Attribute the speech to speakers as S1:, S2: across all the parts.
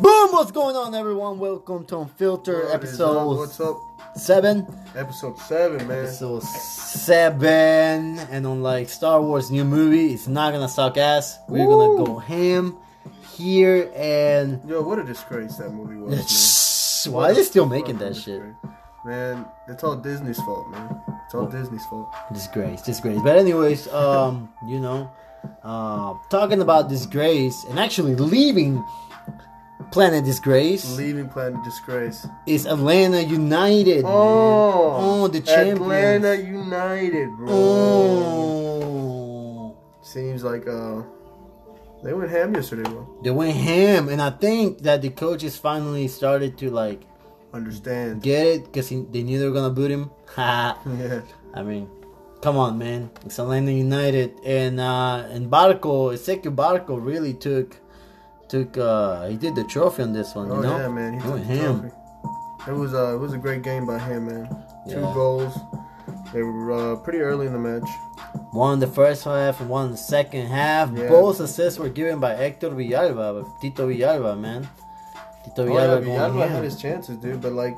S1: Boom! What's going on, everyone? Welcome to Unfiltered
S2: What is up?
S1: episode
S2: What's up?
S1: seven.
S2: Episode seven, man.
S1: Episode seven, and unlike Star Wars new movie, it's not gonna suck ass. We're gonna
S2: Woo!
S1: go ham here and
S2: Yo, what a disgrace that movie was, man.
S1: why are they still making that shit?
S2: Man, it's all Disney's fault, man. It's
S1: Oh.
S2: all Disney's fault.
S1: Disgrace, disgrace. But anyways, um, you know, uh, talking about disgrace and actually leaving planet disgrace
S2: Leaving Planet Disgrace.
S1: is Atlanta United. man.
S2: Oh,
S1: oh, the champions.
S2: Atlanta United, bro.
S1: Oh.
S2: Seems like uh, they went ham yesterday, bro.
S1: They went ham, and I think that the coaches finally started to like
S2: Understand?
S1: get it because they knew they were gonna boot him. Ha!
S2: Yeah.
S1: I mean, come on, man. It's Atlanta United, and uh, and Barco, Ezekiel Barco really took took uh he did the trophy on this one,
S2: Oh
S1: you know.
S2: yeah, man. He
S1: He went
S2: took the
S1: ham.
S2: trophy. It was uh, it was a great game by him, man. Two
S1: Yeah.
S2: goals. They were uh, pretty early in the match.
S1: One in the first half and one in the second half.
S2: Yeah.
S1: Both assists were given by Hector Villalba, Tito Villalba, man. Tito
S2: Oh, yeah,
S1: Villalba, going
S2: Villalba
S1: ham.
S2: had his chances, dude. But like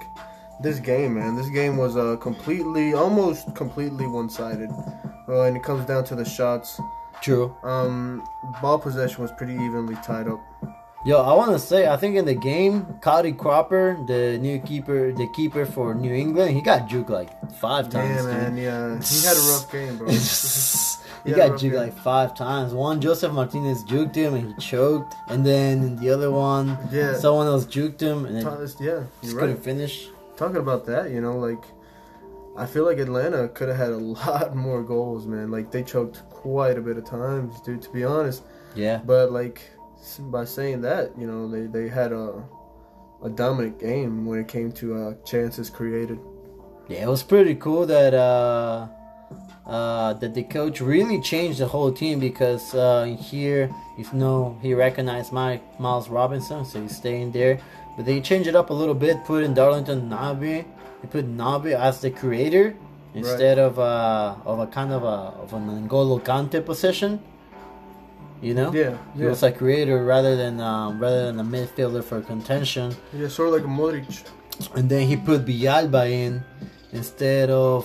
S2: this game, man, this game was uh, completely, almost completely one-sided. Uh, and it comes down to the shots.
S1: True.
S2: Um, ball possession was pretty evenly tied up.
S1: Yo, I want to say, I think in the game, Cody Cropper, the new keeper, the keeper for New England, he got juked like five
S2: Yeah,
S1: times.
S2: man.
S1: dude.
S2: Yeah, he had a rough game, bro.
S1: he
S2: Yeah,
S1: got
S2: rough
S1: juked
S2: game.
S1: like five times. One, Joseph Martinez juked him and he choked, and then the other one,
S2: Yeah.
S1: someone else juked him and then
S2: Thomas, yeah,
S1: just
S2: you're
S1: couldn't
S2: right.
S1: finish.
S2: Talking about that, you know, like I feel like Atlanta could have had a lot more goals, man. Like they choked quite a bit of times, dude. To be honest.
S1: Yeah,
S2: But like s- by saying that, you know, they, they had a a dominant game when it came to uh, chances created.
S1: yeah, it was pretty cool that uh, uh, that the coach really changed the whole team because uh, here, if no, he recognized my Miles Robinson, so he's staying there. But they changed it up a little bit, put in Darlington Nabe. They put Nabe as the creator instead of uh, of a kind of a of an N'Golo Kante position. You know,
S2: Yeah,
S1: he
S2: yeah.
S1: was a creator rather than um, rather than a midfielder for contention.
S2: Yeah, sort of like a Modric.
S1: and then he put Villalba in instead of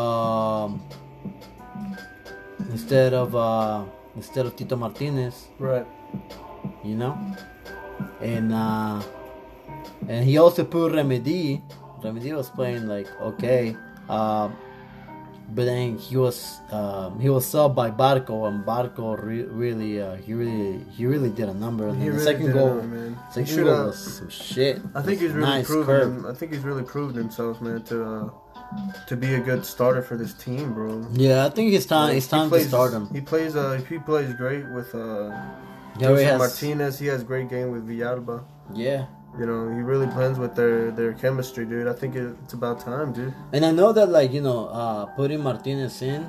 S1: um, instead of uh, instead of Tito Martinez,
S2: Right.
S1: you know, and uh, and he also put Remedy. Remedy was playing like okay, um, but then he was um, he was subbed by Barco, and Barco re- really uh, he really he really did a number. And
S2: He
S1: the
S2: really
S1: second
S2: did it,
S1: goal,
S2: man. He
S1: second
S2: should
S1: goal
S2: have.
S1: was some shit.
S2: I think he's really
S1: nice
S2: proven.
S1: curve.
S2: him- I think he's really proven himself, man, to uh, to be a good starter for this team, bro.
S1: Yeah, I think it's time.
S2: Like,
S1: It's
S2: he
S1: time
S2: plays-
S1: to start him.
S2: He plays. Uh, he plays great with uh,
S1: He already
S2: Joseph
S1: has-
S2: Martinez. He has great game with Villalba.
S1: Yeah,
S2: You know, he really blends with their their chemistry, dude. I think it, it's about time, dude.
S1: and I know that like you know, uh, putting Martinez in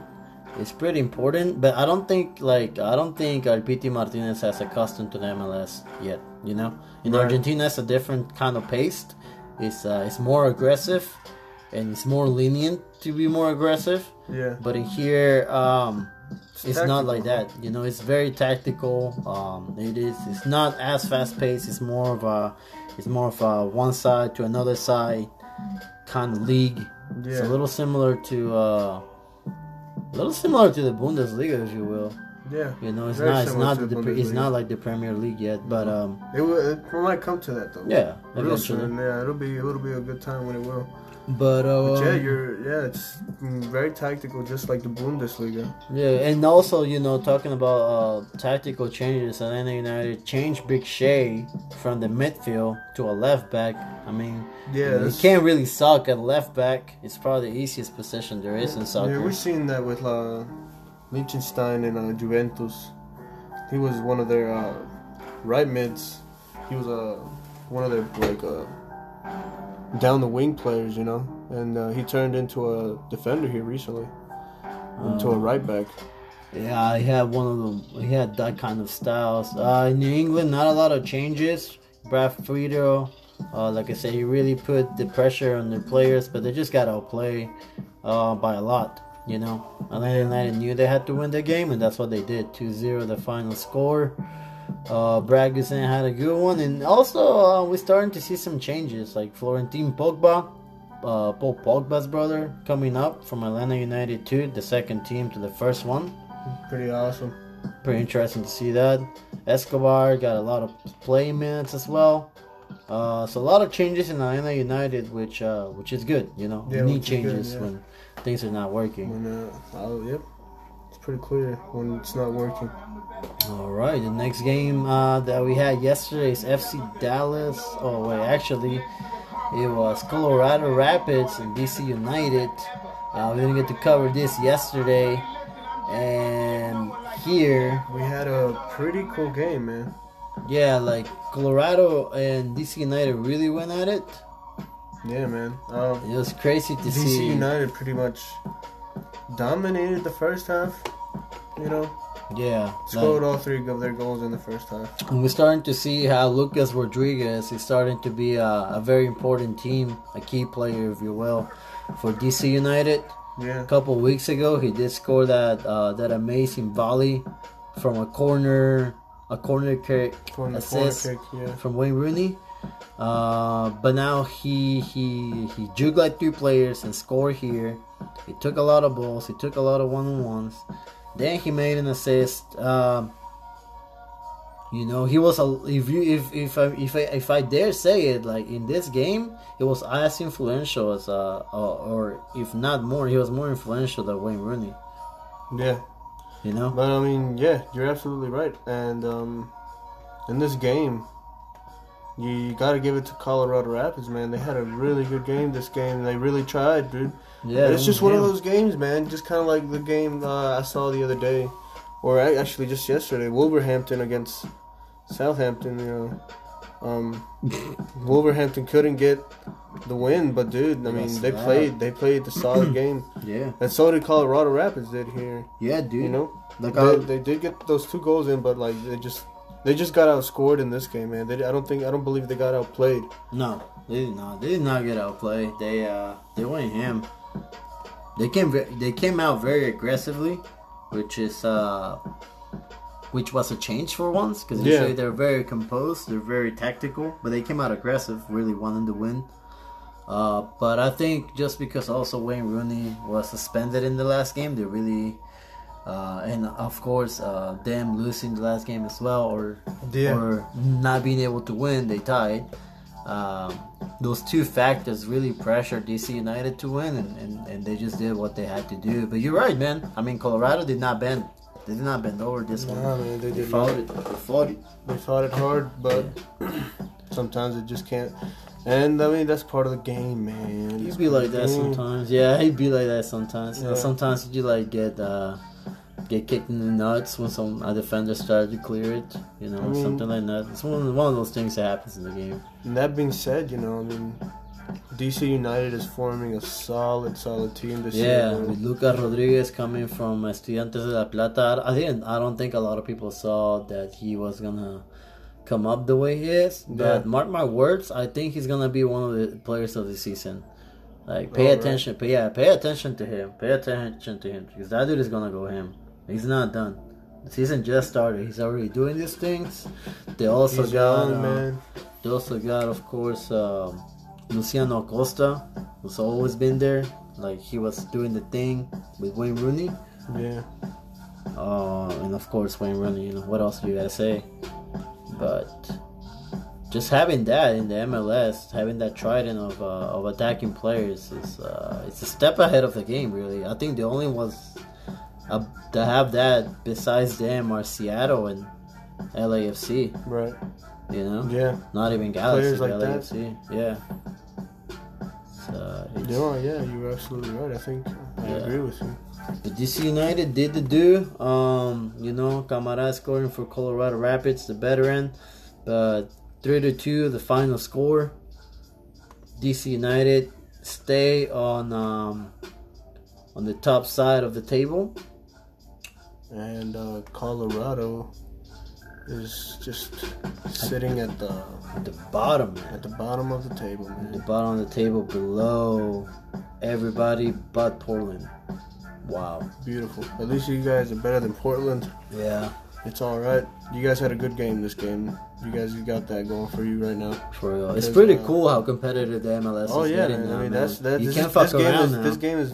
S1: is pretty important, but I don't think like I don't think Alpiti Martinez has accustomed to the MLS yet. You know, in
S2: Right.
S1: Argentina, it's a different kind of pace. It's uh, it's more aggressive, and it's more lenient to be more aggressive.
S2: Yeah.
S1: But in here, um, it's, not
S2: tactical.
S1: like that. You know, it's very tactical. Um, it is. It's not as fast paced. It's more of a, it's more of a one side to another side kind of league. It's a
S2: Yeah.
S1: little similar to, uh, a little similar to the Bundesliga, if you will.
S2: Yeah.
S1: You know, it's
S2: Very
S1: not. It's
S2: similar
S1: not.
S2: to
S1: The,
S2: the
S1: it's
S2: Bundesliga.
S1: not like the Premier League yet, but um,
S2: It will. It might come to that though.
S1: yeah,
S2: Real
S1: eventually.
S2: soon. Yeah, it'll be it'll be a good time when it will.
S1: But, uh,
S2: But yeah, you're yeah, it's mm, very tactical, just like the Bundesliga.
S1: Yeah, and also you know talking about uh, tactical changes, Atlanta United changed Big Shay from the midfield to a left back. I mean,
S2: Yeah,
S1: you
S2: that's-
S1: can't really suck at left back. It's probably the easiest position there is in
S2: Yeah,
S1: soccer.
S2: we've seen that with uh, Liechtenstein and uh, Juventus. He was one of their uh, right mids. He was uh, one of their like uh, down the wing players, you know. And uh, he turned into a defender here recently, into
S1: Um,
S2: a right back.
S1: Yeah, he had one of them. He had that kind of styles. Uh, in New England, not a lot of changes. Brad Friedel, uh, like I said, he really put the pressure on the players, but they just got outplayed uh, by a lot. You know, Atlanta United knew they had to win the game, and that's what they did. 2-0 the final score. Uh, Brad Guzan had a good one, and also uh, we're starting to see some changes, like Florentine Pogba, uh, Paul Pogba's brother, coming up from Atlanta United to the second team to the first one.
S2: Pretty awesome.
S1: Pretty interesting to see that. Escobar got a lot of play minutes as well. Uh, so a lot of changes in Atlanta United, which uh, which is good. You know,
S2: Yeah,
S1: you need
S2: which is good,
S1: changes
S2: yeah.
S1: when things are not working.
S2: When uh, oh yep, it's pretty clear when it's not working.
S1: All right, the next game uh, that we had yesterday is FC Dallas. Oh wait, actually, it was Colorado Rapids and DC United. Uh, we didn't get to cover this yesterday, and here,
S2: We had a pretty cool game, man.
S1: yeah, like Colorado and DC United really went at it.
S2: Yeah, man. Um,
S1: It was crazy to
S2: DC
S1: see.
S2: United pretty much dominated the first half. You know,
S1: Yeah, like-
S2: scored all three of their goals in the first half.
S1: And we're starting to see how Lucas Rodriguez is starting to be a, a very important team, a key player, if you will, for DC United.
S2: Yeah,
S1: A couple weeks ago, he did score that uh, that amazing volley from a corner, a corner kick
S2: from the corner
S1: assist
S2: kick. Yeah,
S1: from Wayne Rooney. Uh, but now he he he juked like three players and scored here. He took a lot of balls. He took a lot of one on ones. Then he made an assist. Um, you know he was a if you if if I, if I if I dare say it like in this game he was as influential as uh or, or if not more he was more influential than Wayne Rooney.
S2: yeah.
S1: You know.
S2: But I mean, yeah, you're absolutely right. And um, in this game, you got to give it to Colorado Rapids, man. They had a really good game this game. They really tried, dude.
S1: Yeah.
S2: But it's just one of
S1: yeah.
S2: those games, man. Just kind of like the game uh, I saw the other day, or a- actually just yesterday, Wolverhampton against Southampton. You know, um, Wolverhampton couldn't get the win, but dude, I mean,
S1: Yes,
S2: they
S1: wow.
S2: played. They played the solid game,
S1: Yeah.
S2: and so did Colorado Rapids. Did here,
S1: Yeah, Uh, dude.
S2: you know?
S1: like I,
S2: They, they did get those two goals in, but like they just they just got outscored in this game, man. They, I don't think I don't believe they got outplayed.
S1: No, they did not. They did not get outplayed. They uh, they went ham. They came ve- they came out very aggressively, which is uh, which was a change for once because
S2: Yeah.
S1: usually they're very composed, they're very tactical, but they came out aggressive, really wanting to win. Uh, but I think just because also Wayne Rooney was suspended in the last game, they really. Uh, and of course, uh, them losing the last game as well, or
S2: Yeah.
S1: or not being able to win, they tied. Um, those two factors really pressured DC United to win, and, and, and they just did what they had to do. But you're right, man. I mean, Colorado did not bend. They did not bend over this one.
S2: Nah, man, they
S1: They
S2: did
S1: fought
S2: not.
S1: it. They fought it.
S2: They fought it hard, but sometimes it just can't. And I mean that's part of the game, man.
S1: He'd
S2: It's
S1: be
S2: part
S1: like
S2: of the
S1: that
S2: game.
S1: sometimes. Yeah, he'd be like that sometimes. You know,
S2: Yeah.
S1: sometimes you like get uh, get kicked in the nuts when some a defender started to clear it. You know,
S2: I mean-
S1: something like that. It's one, one of those things that happens in the game.
S2: And that being said, you know, I mean, DC United is forming a solid, solid team this
S1: Yeah,
S2: year.
S1: with
S2: man.
S1: Lucas Rodriguez coming from Estudiantes de la Plata, I I didn't. I don't think a lot of people saw that he was gonna come up the way he is. But
S2: Yeah.
S1: mark my words, I think he's gonna be one of the players of the season. Like, pay
S2: Alright.
S1: attention. Pay, yeah, pay attention to him. Pay attention to him because that dude is gonna go him. He's not done. The season just started. He's already doing these things. They also
S2: He's
S1: got
S2: young,
S1: uh,
S2: man.
S1: they also got, of course, um, Luciano Costa, who's always been there. Like he was doing the thing with Wayne Rooney,
S2: Yeah,
S1: uh, and of course Wayne Rooney. You know what else do you gotta say? But just having that in the MLS, having that trident of uh, of attacking players is uh, it's a step ahead of the game. Really, I think the only ones uh, that have that besides them are Seattle and LAFC.
S2: right.
S1: You know.
S2: Yeah,
S1: Not even Galaxy,
S2: Players like that.
S1: LAFC. Yeah. So it's,
S2: no, yeah, you're absolutely right. I think I
S1: Yeah.
S2: agree with you.
S1: But DC United did the do. Um, you know, Camara scoring for Colorado Rapids, the veteran. But three to two, the final score. DC United stay on um, on the top side of the table.
S2: and uh, Colorado is just sitting at the
S1: At the bottom, man.
S2: at the bottom of the table,
S1: the
S2: man.
S1: bottom of the table below everybody but Portland. Wow.
S2: Beautiful. At least you guys are better than Portland.
S1: Yeah.
S2: It's all right. You guys had a good game this game. You guys got that going for you right now.
S1: For real. It's
S2: There's,
S1: pretty
S2: uh,
S1: cool how competitive the MLS
S2: oh
S1: is
S2: yeah,
S1: getting
S2: man.
S1: now,
S2: I mean
S1: man.
S2: that's that.
S1: you
S2: this,
S1: can't
S2: is-
S1: fuck
S2: this
S1: around
S2: game is
S1: now.
S2: this game is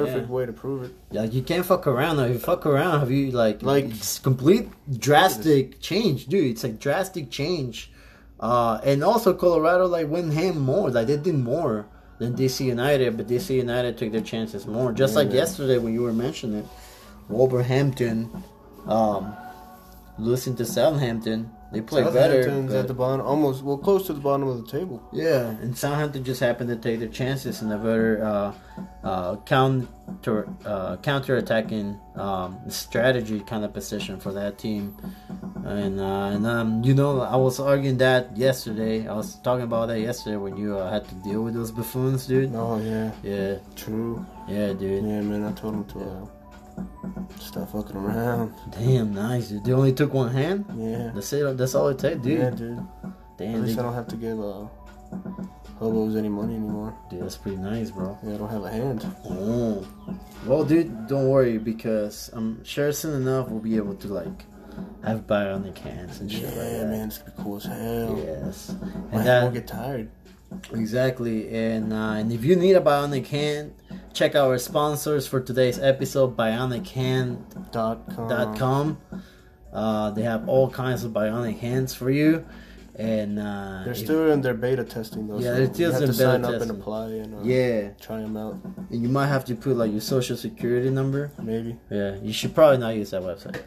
S2: perfect
S1: Yeah.
S2: way to prove it.
S1: Like you can't fuck around now. If you fuck around, have you like
S2: Like-
S1: it's complete drastic change, dude? It's like drastic change. Uh, and also Colorado like went him more. Like they did more than DC United, but DC United took their chances more. Just like
S2: Yeah.
S1: yesterday when you were mentioning Wolverhampton, um, losing to Southampton. They played better.
S2: Southampton's
S1: but-
S2: at the bottom, almost well close to the bottom of the table.
S1: yeah, and Southampton just happened to take their chances and never uh, uh, counter uh, counter attacking um, strategy kind of position for that team. And uh, and um, you know, I was arguing that yesterday. I was talking about that yesterday when you uh, had to deal with those buffoons, dude.
S2: Oh yeah,
S1: Yeah,
S2: true.
S1: yeah, dude.
S2: Yeah, man. I told him to uh, stop fucking around.
S1: Damn, nice, dude. They only took one hand.
S2: Yeah.
S1: That's it. That's all it takes, dude.
S2: Yeah, dude. At
S1: Damn,
S2: least I
S1: they,
S2: don't have to give uh, hobos any money anymore.
S1: dude, that's pretty nice, bro.
S2: Yeah, I don't have a hand.
S1: Oh. Well, dude, don't worry because um, I'm sure soon enough we'll be able to like have bionic hands and shit
S2: Yeah,
S1: like that.
S2: man, it's gonna be cool as hell.
S1: Yes.
S2: My
S1: And
S2: hand
S1: that,
S2: won't get tired.
S1: exactly. And uh, and if you need a bionic hand, check our sponsors for today's episode, bionichand.com.
S2: Dot com.
S1: Uh, they have all kinds of bionic hands for you. And uh,
S2: They're
S1: if-
S2: still in their beta testing though.
S1: Yeah,
S2: so
S1: they're
S2: you
S1: still
S2: have
S1: in
S2: to
S1: beta
S2: sign up and
S1: testing.
S2: apply and uh,
S1: yeah,
S2: try them out.
S1: and you might have to put like your social security number.
S2: Maybe.
S1: Yeah, you should probably not use that website.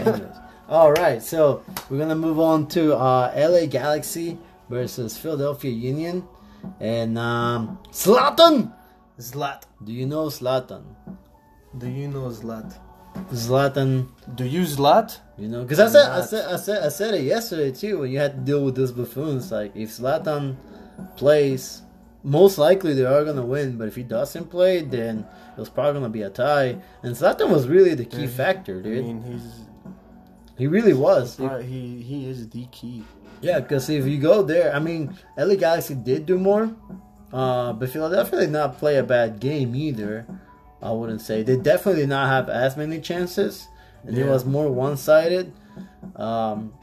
S1: Anyways. All right, so we're gonna move on to uh, LA Galaxy versus Philadelphia Union, and um, Zlatan. Zlat. Do you know Zlatan?
S2: Do you know Zlat?
S1: Zlatan.
S2: Do you Zlat?
S1: You know, because I said, I said I said I said it yesterday too when you had to deal with those buffoons. Like if Zlatan plays, most likely they are gonna win. But if he doesn't play, then it was probably gonna be a tie. And Zlatan was really the key
S2: Dude,
S1: factor,
S2: I
S1: dude.
S2: mean, he's
S1: he really was. He-
S2: right, he he is the key.
S1: Yeah, because if you go there, I mean, LA Galaxy did do more, uh, but Philadelphia did not play a bad game either. I wouldn't say they definitely did not have as many chances, and it
S2: Yeah.
S1: was more one-sided. Um,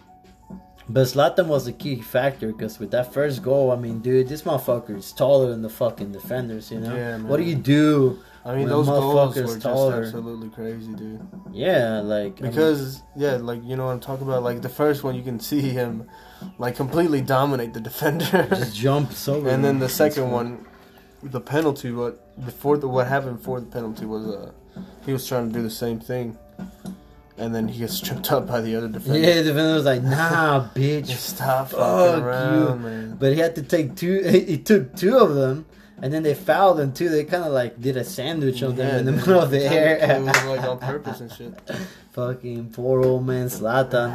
S1: but Zlatan was a key factor because with that first goal, I mean, dude, this motherfucker is taller than the fucking defenders. You know,
S2: Yeah,
S1: what do
S2: man.
S1: you do?
S2: I mean,
S1: When
S2: those goals
S1: motherfuckers
S2: were just
S1: taller.
S2: absolutely crazy, dude.
S1: Yeah, like I mean-
S2: Because yeah, like you know what I'm talking about. Like the first one, you can see him like completely dominate the defender,
S1: just jumps over,
S2: and then
S1: him.
S2: the second
S1: It's-
S2: one, the penalty. What before the what happened before the penalty was uh, he was trying to do the same thing, and then he gets stripped up by the other defender.
S1: Yeah, the defender was like, "Nah, bitch,
S2: Just stop fucking
S1: Fuck
S2: around,
S1: you.
S2: man.
S1: But he had to take two. He took two of them, and then they fouled him too. They kind of like did a sandwich of them in the
S2: dude.
S1: middle of the
S2: It was
S1: air.
S2: like on purpose and shit.
S1: Fucking poor old man Slatan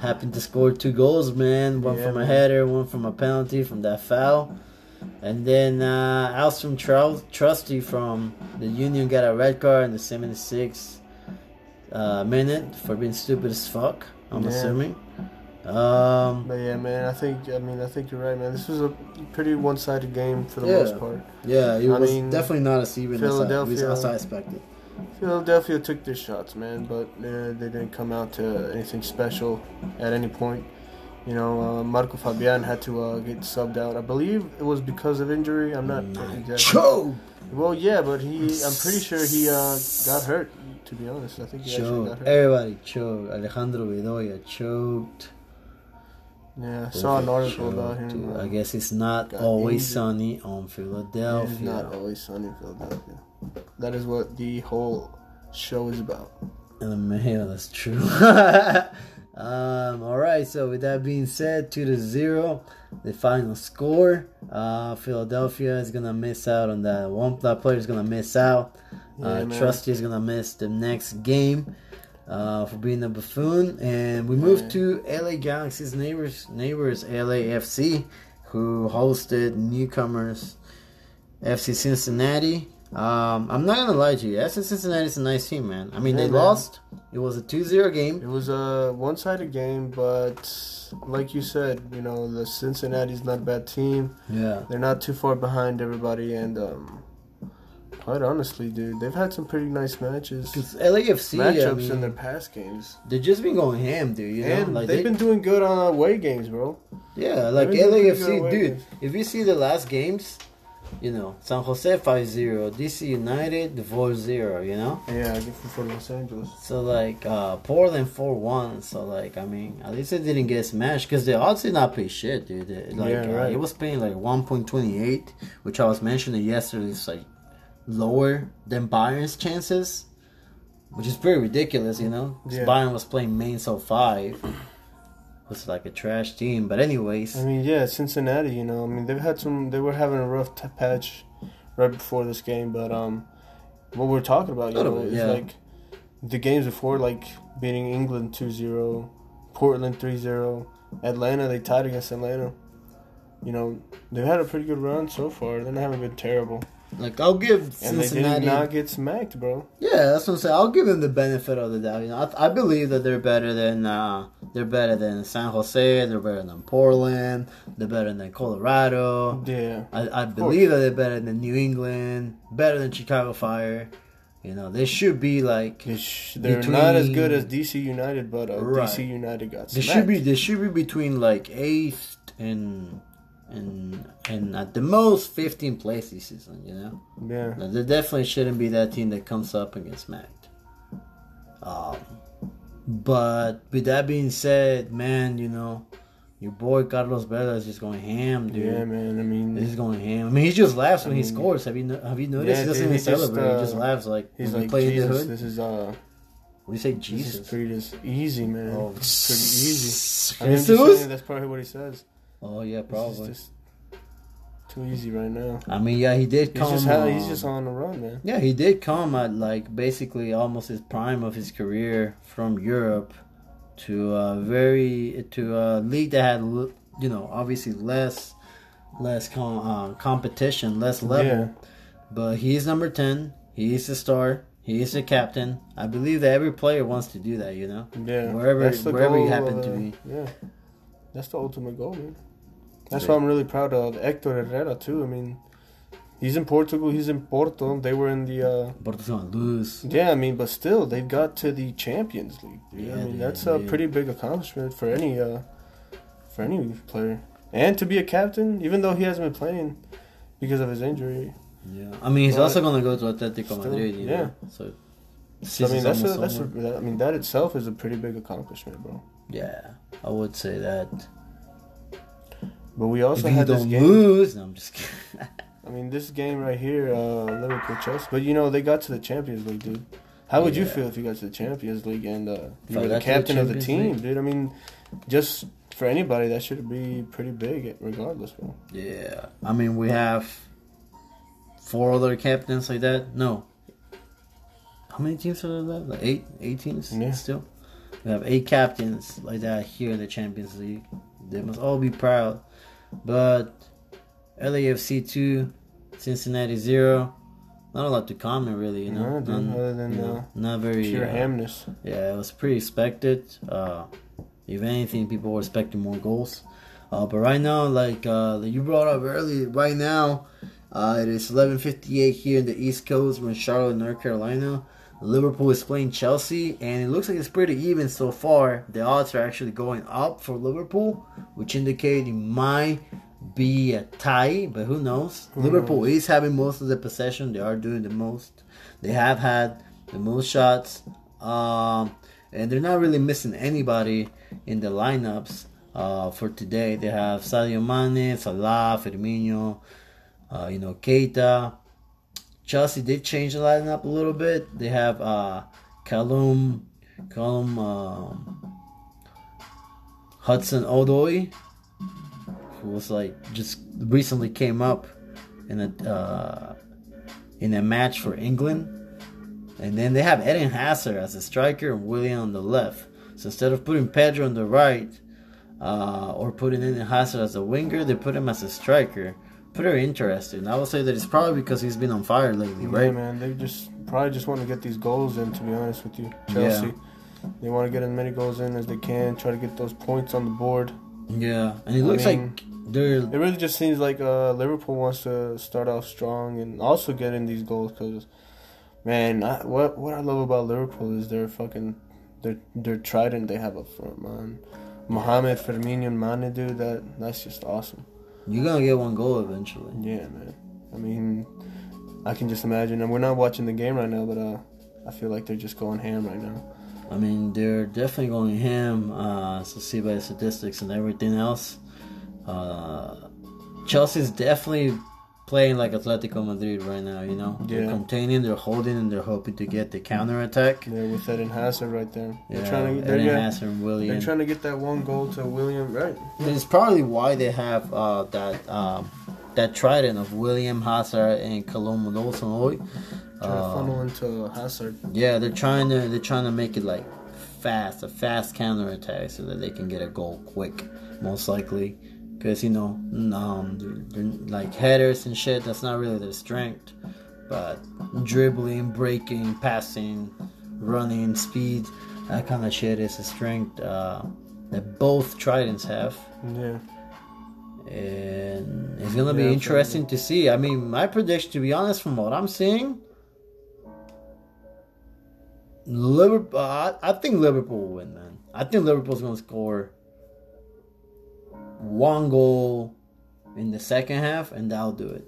S1: happened to score two goals, man. One
S2: Yeah,
S1: from a
S2: man.
S1: header, one from a penalty from that foul, and then uh, Alstrom Trou- Trusty from the Union got a red card in the 76th uh, minute for being stupid as fuck. I'm
S2: Yeah.
S1: assuming. Um,
S2: But yeah, man, I think I mean I think you're right, man. This was a pretty one-sided game for the
S1: Yeah.
S2: most part.
S1: Yeah, it
S2: I
S1: was
S2: mean,
S1: definitely not as even as I,
S2: Philadelphia-
S1: as I expected.
S2: Philadelphia took their shots, man, but uh, they didn't come out to anything special at any point. You know, uh, Marco Fabian had to uh, get subbed out. I believe it was because of injury. I'm not
S1: Mm.
S2: exactly.
S1: Cho!
S2: Well, yeah, but he. I'm pretty sure he uh, got hurt. To be honest, I think he actually got
S1: Choked.
S2: hurt.
S1: Everybody choked. Alejandro Bedoya choked.
S2: Yeah, I saw an article
S1: Choked,
S2: about him.
S1: dude.
S2: uh,
S1: I guess it's not
S2: got
S1: always
S2: injured.
S1: sunny on
S2: It is
S1: Philadelphia.
S2: not always sunny in Philadelphia. That is what the whole show is about.
S1: Uh, man, that's true. um, all right, so with that being said, 2 to 0, the final score. Uh, Philadelphia is going to miss out on that. One that player is going to miss out.
S2: Yeah,
S1: Uh,
S2: man.
S1: Trusty is going to miss the next game uh, for being a buffoon. And we move
S2: Yeah.
S1: to LA Galaxy's neighbors, neighbors LAFC, who hosted newcomers FC Cincinnati. Um, I'm not gonna lie to you, FC Cincinnati is a nice team, man. I mean,
S2: Yeah,
S1: they
S2: man.
S1: lost. It was a 2-0
S2: It
S1: game.
S2: was a one-sided game, but like you said, you know the Cincinnati's not a bad team.
S1: Yeah,
S2: They're not too far behind everybody, and um, Quite honestly, dude, they've had some pretty nice matches,
S1: Because LAFC, I
S2: matchups
S1: mean,
S2: in their past games,
S1: they've just been going ham, dude. You know,
S2: and
S1: like
S2: they've
S1: they-
S2: been doing good on away games, bro.
S1: Yeah, like
S2: Maybe we could go
S1: LAFC,
S2: away
S1: dude.
S2: with-
S1: If you see the last games, you know, San Jose 5-0, DC United 4-0, you know?
S2: Yeah, I get from for Los Angeles.
S1: So, like, uh, Portland 4-1. So, like, I mean, at least it didn't get smashed because the odds did not pay shit, dude. It- like,
S2: Yeah,
S1: uh,
S2: right.
S1: it was paying, like, 1.28, which I was mentioning yesterday. It's, like, lower than Bayern's chances, which is pretty ridiculous, you know? 'Cause
S2: Yeah.
S1: Bayern was playing Mainz 05. was, like, a trash team. But anyways...
S2: I mean, yeah, Cincinnati. You know, I mean, they've had some. They were having a rough t- patch right before this game, but um, what we're talking about, you
S1: Little
S2: know,
S1: bit,
S2: is
S1: yeah.
S2: like the games before, like beating England 2-0, Portland 3-0, Atlanta. They tied against Atlanta. You know, they've had a pretty good run so far. They haven't been terrible,
S1: Like I'll give
S2: and they
S1: Cincinnati.
S2: did not get smacked, bro.
S1: yeah, that's what I'm saying. I'll give them the benefit of the doubt. You know, I, I believe that they're better than uh, they're better than San Jose. They're better than Portland. They're better than Colorado.
S2: Yeah,
S1: I, I believe that they're better than New England. Better than Chicago Fire. You know, they should be like
S2: they sh- they're
S1: Between-
S2: not as good as DC United, but uh,
S1: Right.
S2: DC United got smacked.
S1: they should be they should be between like eighth and and and at the most 15 places this season. You know.
S2: yeah.
S1: No, they definitely shouldn't be that team that comes up against Mac. Um, but with that being said, man, you know, your boy Carlos Vela is just going ham, dude.
S2: Yeah, man. I mean,
S1: He's going ham. I mean, he just laughs when he
S2: mean-
S1: scores. Have you no- have you noticed?
S2: Yeah,
S1: he doesn't
S2: dude,
S1: even
S2: he just,
S1: celebrate. he just
S2: uh,
S1: laughs like
S2: He's
S1: when
S2: like,
S1: you play in the
S2: Jesus,
S1: hood.
S2: this is uh,
S1: When you say
S2: this is
S1: Jesus,
S2: pretty just easy, man.
S1: Oh.
S2: It's pretty easy. I mean, I'm just saying,
S1: Jesus.
S2: that's probably what he says.
S1: Oh yeah,
S2: This is
S1: probably.
S2: just too easy right now.
S1: I mean, yeah, he did
S2: He's
S1: come.
S2: just ha- he's
S1: uh,
S2: just on the run, man.
S1: Yeah, he did come at like basically almost his prime of his career from Europe to a very to a league that had l- you know obviously less less com- uh, competition, less level.
S2: Yeah,
S1: But he is number ten. He is the star. He is the captain. I believe that every player wants to do that. You know,
S2: yeah.
S1: Wherever- wherever you happen to
S2: uh,
S1: be.
S2: Yeah, that's the ultimate goal, man. That's why I'm really proud of Hector Herrera too. I mean, he's in Portugal. He's in Porto. They were in the. uh
S1: Porto's gonna lose.
S2: yeah, I mean, but still, they got to the Champions League. Dude.
S1: Yeah,
S2: I mean,
S1: dude,
S2: that's a
S1: dude.
S2: pretty big accomplishment for any uh, for any player, and to be a captain, even though he hasn't been playing because of his injury.
S1: Yeah, I mean he's
S2: But-
S1: also gonna go to Atletico
S2: Still,
S1: Madrid. You
S2: yeah.
S1: know? so
S2: So, I mean,
S1: season's
S2: that's a,
S1: almost
S2: that's a,
S1: over.
S2: that, I mean, that itself is a pretty big accomplishment, bro.
S1: yeah. I would say that.
S2: But we also
S1: if you
S2: had this
S1: don't
S2: game.
S1: lose, no, I'm just kidding.
S2: I mean, this game right here, uh, Liverpool Chelsea. But you know, they got to the Champions League, dude. How would you
S1: Yeah.
S2: feel if you got to the Champions League and uh,
S1: If
S2: you
S1: I got to
S2: were the
S1: the
S2: captain of the team,
S1: Champions
S2: dude? I mean, just for anybody, that should be pretty big, regardless, bro.
S1: Yeah, I mean we have four other captains like that. No, how many teams are there left? Like eight, eight teams
S2: Yeah.
S1: still. We have eight captains like that here in the Champions League. They must all be proud. But LAFC two, Cincinnati zero. Not a lot to comment really, you know.
S2: No, dude, other than,
S1: you know,
S2: uh,
S1: not very
S2: Pure
S1: uh,
S2: hamness.
S1: Yeah, it was pretty expected. Uh, if anything, people were expecting more goals. Uh, but right now, like uh, like you brought up early, right now uh, it is 11:58 here in the East Coast. We're in Charlotte, North Carolina. Liverpool is playing Chelsea, and it looks like it's pretty even so far. The odds are actually going up for Liverpool, which indicate it might be a tie, but who knows? Liverpool is having most of the possession. They are doing the most. They have had the most shots, um, and they're not really missing anybody in the lineups uh, for today. They have Sadio Mane, Salah, Firmino, uh, you know, Keita. Chelsea did change the lineup a little bit. They have uh, Callum, Callum um, Hudson Odoi, who was like just recently came up in a uh, in a match for England. And then they have Eden Hazard as a striker and William on the left. So instead of putting Pedro on the right uh, or putting Eden Hazard as a winger, they put him as a striker. Pretty interesting. I would say that it's probably because he's been on fire lately,
S2: Yeah,
S1: right?
S2: man. They just probably just want to get these goals in. To be honest with you, Chelsea, they want to get as many goals in as they can. Try to get those points on the board.
S1: Yeah, and it
S2: I
S1: looks
S2: mean-
S1: like they're.
S2: It really just seems like uh, Liverpool wants to start off strong and also get in these goals because, man, I, what what I love about Liverpool is their fucking, their their trident they have up front, man. Mohamed, Firmino, and Mane, dude, that that's just awesome.
S1: You're gonna get one goal eventually.
S2: Yeah, man. I mean, I can just imagine. And we're not watching the game right now, but uh, I feel like they're just going ham right now.
S1: I mean, they're definitely going ham. Uh, so see by the statistics and everything else. Uh, Chelsea's definitely playing like Atletico Madrid right now. You know, they're
S2: Yeah.
S1: containing, they're holding, and they're hoping to get the counter attack.
S2: They're with Eden Hazard right there.
S1: Yeah,
S2: They're trying to. They're,
S1: Eden
S2: yeah,
S1: Hazard and Willian.
S2: they're trying to get that one goal to William, right?
S1: It's probably why they have uh, that um, that trident of William Hazard and Colombo Dawson Oi.
S2: Trying to
S1: Oh.
S2: funnel into Hazard.
S1: Yeah, they're trying to they're trying to make it like fast, a fast counter attack, so that they can get a goal quick, most likely. Because you know, um, they're, they're, like headers and shit, that's not really their strength. But dribbling, breaking, passing, running, speed, that kind of shit is a strength uh, that both tridents have
S2: Yeah.
S1: and it's gonna
S2: Yeah,
S1: be interesting to see. I mean, my prediction, to be honest, from what I'm seeing, Liverpool. I, I think Liverpool will win, man. I think Liverpool's gonna score one goal in the second half, and that'll do it.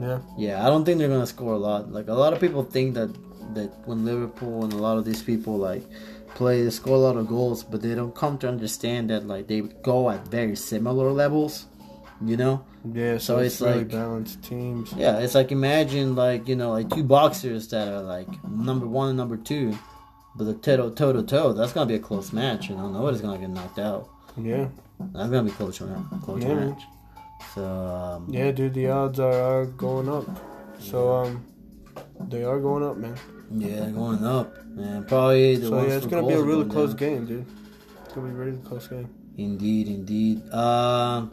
S2: Yeah.
S1: Yeah, I don't think they're gonna score a lot. Like a lot of people think that that when Liverpool and a lot of these people like play, they score a lot of goals, but they don't come to understand that like they go at very similar levels. You know?
S2: Yeah, so,
S1: So
S2: it's,
S1: it's
S2: really
S1: like-
S2: balanced teams.
S1: Yeah, it's like imagine like you know like two boxers that are like number one and number two, but the toe toe to toe. That's gonna be a close match. You know, nobody's gonna get knocked out.
S2: Yeah,
S1: That's gonna be close ma- close
S2: Yeah.
S1: match. So um,
S2: yeah, dude. The odds are, are going up. So um, they are going up, man.
S1: yeah, going up, man. Probably the
S2: So
S1: ones
S2: yeah, it's
S1: for
S2: gonna be
S1: goals
S2: a
S1: are
S2: really
S1: going
S2: close
S1: down.
S2: game, dude. It's gonna be a really close game.
S1: Indeed, indeed. Um,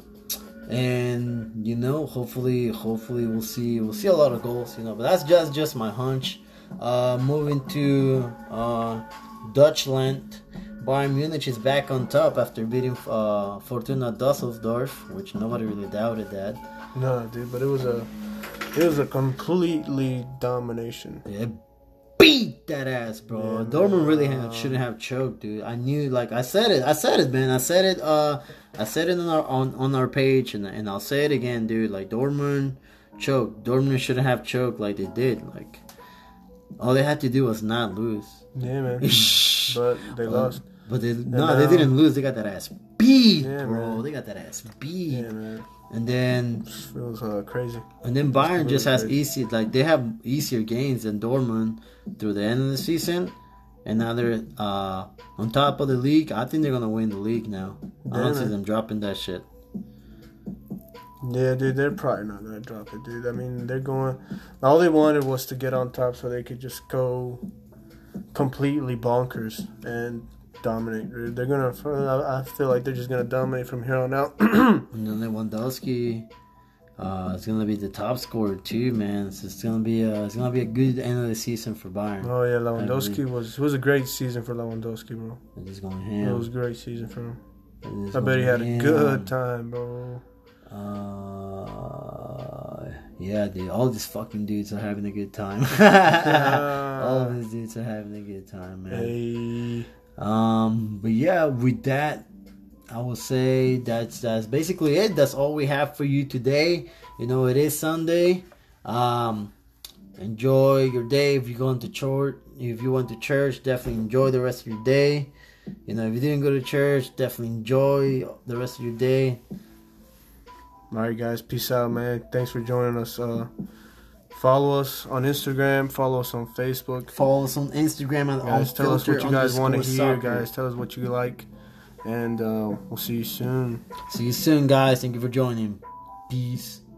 S1: and you know, hopefully, hopefully we'll see we'll see a lot of goals. You know, but that's just just my hunch. Uh, moving to uh, Dutchland, Bayern Munich is back on top after beating uh, Fortuna Düsseldorf, which nobody really doubted that.
S2: No, dude, but it was a, it was a completely domination.
S1: They beat that ass, bro.
S2: Yeah,
S1: Dortmund really
S2: man.
S1: ha- shouldn't have choked, dude. I knew, like I said it, I said it, man. I said it. Uh, I said it on our on, on our page, and and I'll say it again, dude. Like Dortmund choked. Dortmund shouldn't have choked like they did. Like all they had to do was not lose.
S2: Yeah, man. but they Hmm. lost.
S1: But they no,
S2: now-
S1: they didn't lose. They got that ass beat,
S2: Yeah,
S1: bro.
S2: man.
S1: They got that ass beat,
S2: Yeah, man.
S1: and then
S2: It was uh, crazy.
S1: and then Bayern just has
S2: Really
S1: easy, like they have easier games than Dortmund through the end of the season, and now they're uh, on top of the league. I think they're gonna win the league now. I don't
S2: Yeah.
S1: see them dropping that shit.
S2: Yeah, dude, they're probably not gonna drop it, dude. I mean, they're going. All they wanted was to get on top so they could just go completely bonkers and dominate. dude. They're gonna. I I feel like they're just gonna dominate from here on out.
S1: And then Lewandowski uh, is gonna be the top scorer too, man. So it's gonna be a, it's gonna be a good end of the season for Bayern.
S2: oh yeah, Lewandowski was it was a great season for Lewandowski, bro.
S1: They're just going
S2: It
S1: ham.
S2: was a great season for him.
S1: They're just
S2: I bet
S1: going
S2: he had a
S1: ham.
S2: good time, bro.
S1: Uh, yeah, dude. All these fucking dudes are having a good time. All these dudes are having a good time, man.
S2: Hey,
S1: Um, but yeah, with that, I will say that's that's basically it. That's all we have for you today. You know, it is Sunday. Um, enjoy your day if you're going to church. If you went to church, definitely enjoy the rest of your day. You know, if you didn't go to church, definitely enjoy the rest of your day.
S2: All right, guys. Peace out, man. Thanks for joining us. Uh, follow us on Instagram. Follow us on Facebook.
S1: Follow us on Instagram at
S2: Guys, tell us what you
S1: unfiltered
S2: guys want to
S1: underscore
S2: hear,
S1: soccer.
S2: guys. Tell us what you like. And uh, we'll see you soon.
S1: See you soon, guys. Thank you for joining. Peace.